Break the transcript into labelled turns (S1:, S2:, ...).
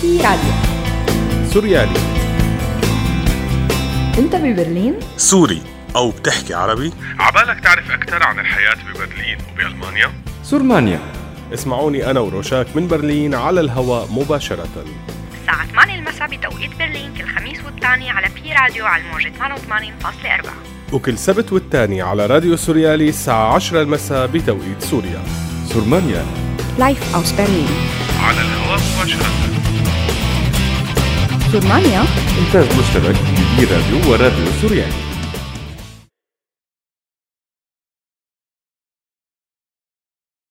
S1: في راديو
S2: سوريالي
S1: انت ببرلين
S3: سوري أو بتحكي عربي
S4: عبالك تعرف أكثر عن الحياة ببرلين وبألمانيا؟
S2: سورمانيا اسمعوني أنا وروشاك من برلين على الهواء مباشرة
S5: الساعة 8 المساء بتوقيت برلين كل خميس والثاني على بي راديو على الموجة 88.4
S2: وكل سبت والتاني على راديو سوريالي الساعة 10 المساء بتوقيت سوريا سورمانيا
S1: لايف اوس برلين
S4: على الهواء مباشرة
S1: سورمانيا
S6: إنتاج مشترك لبي راديو وراديو سوريالي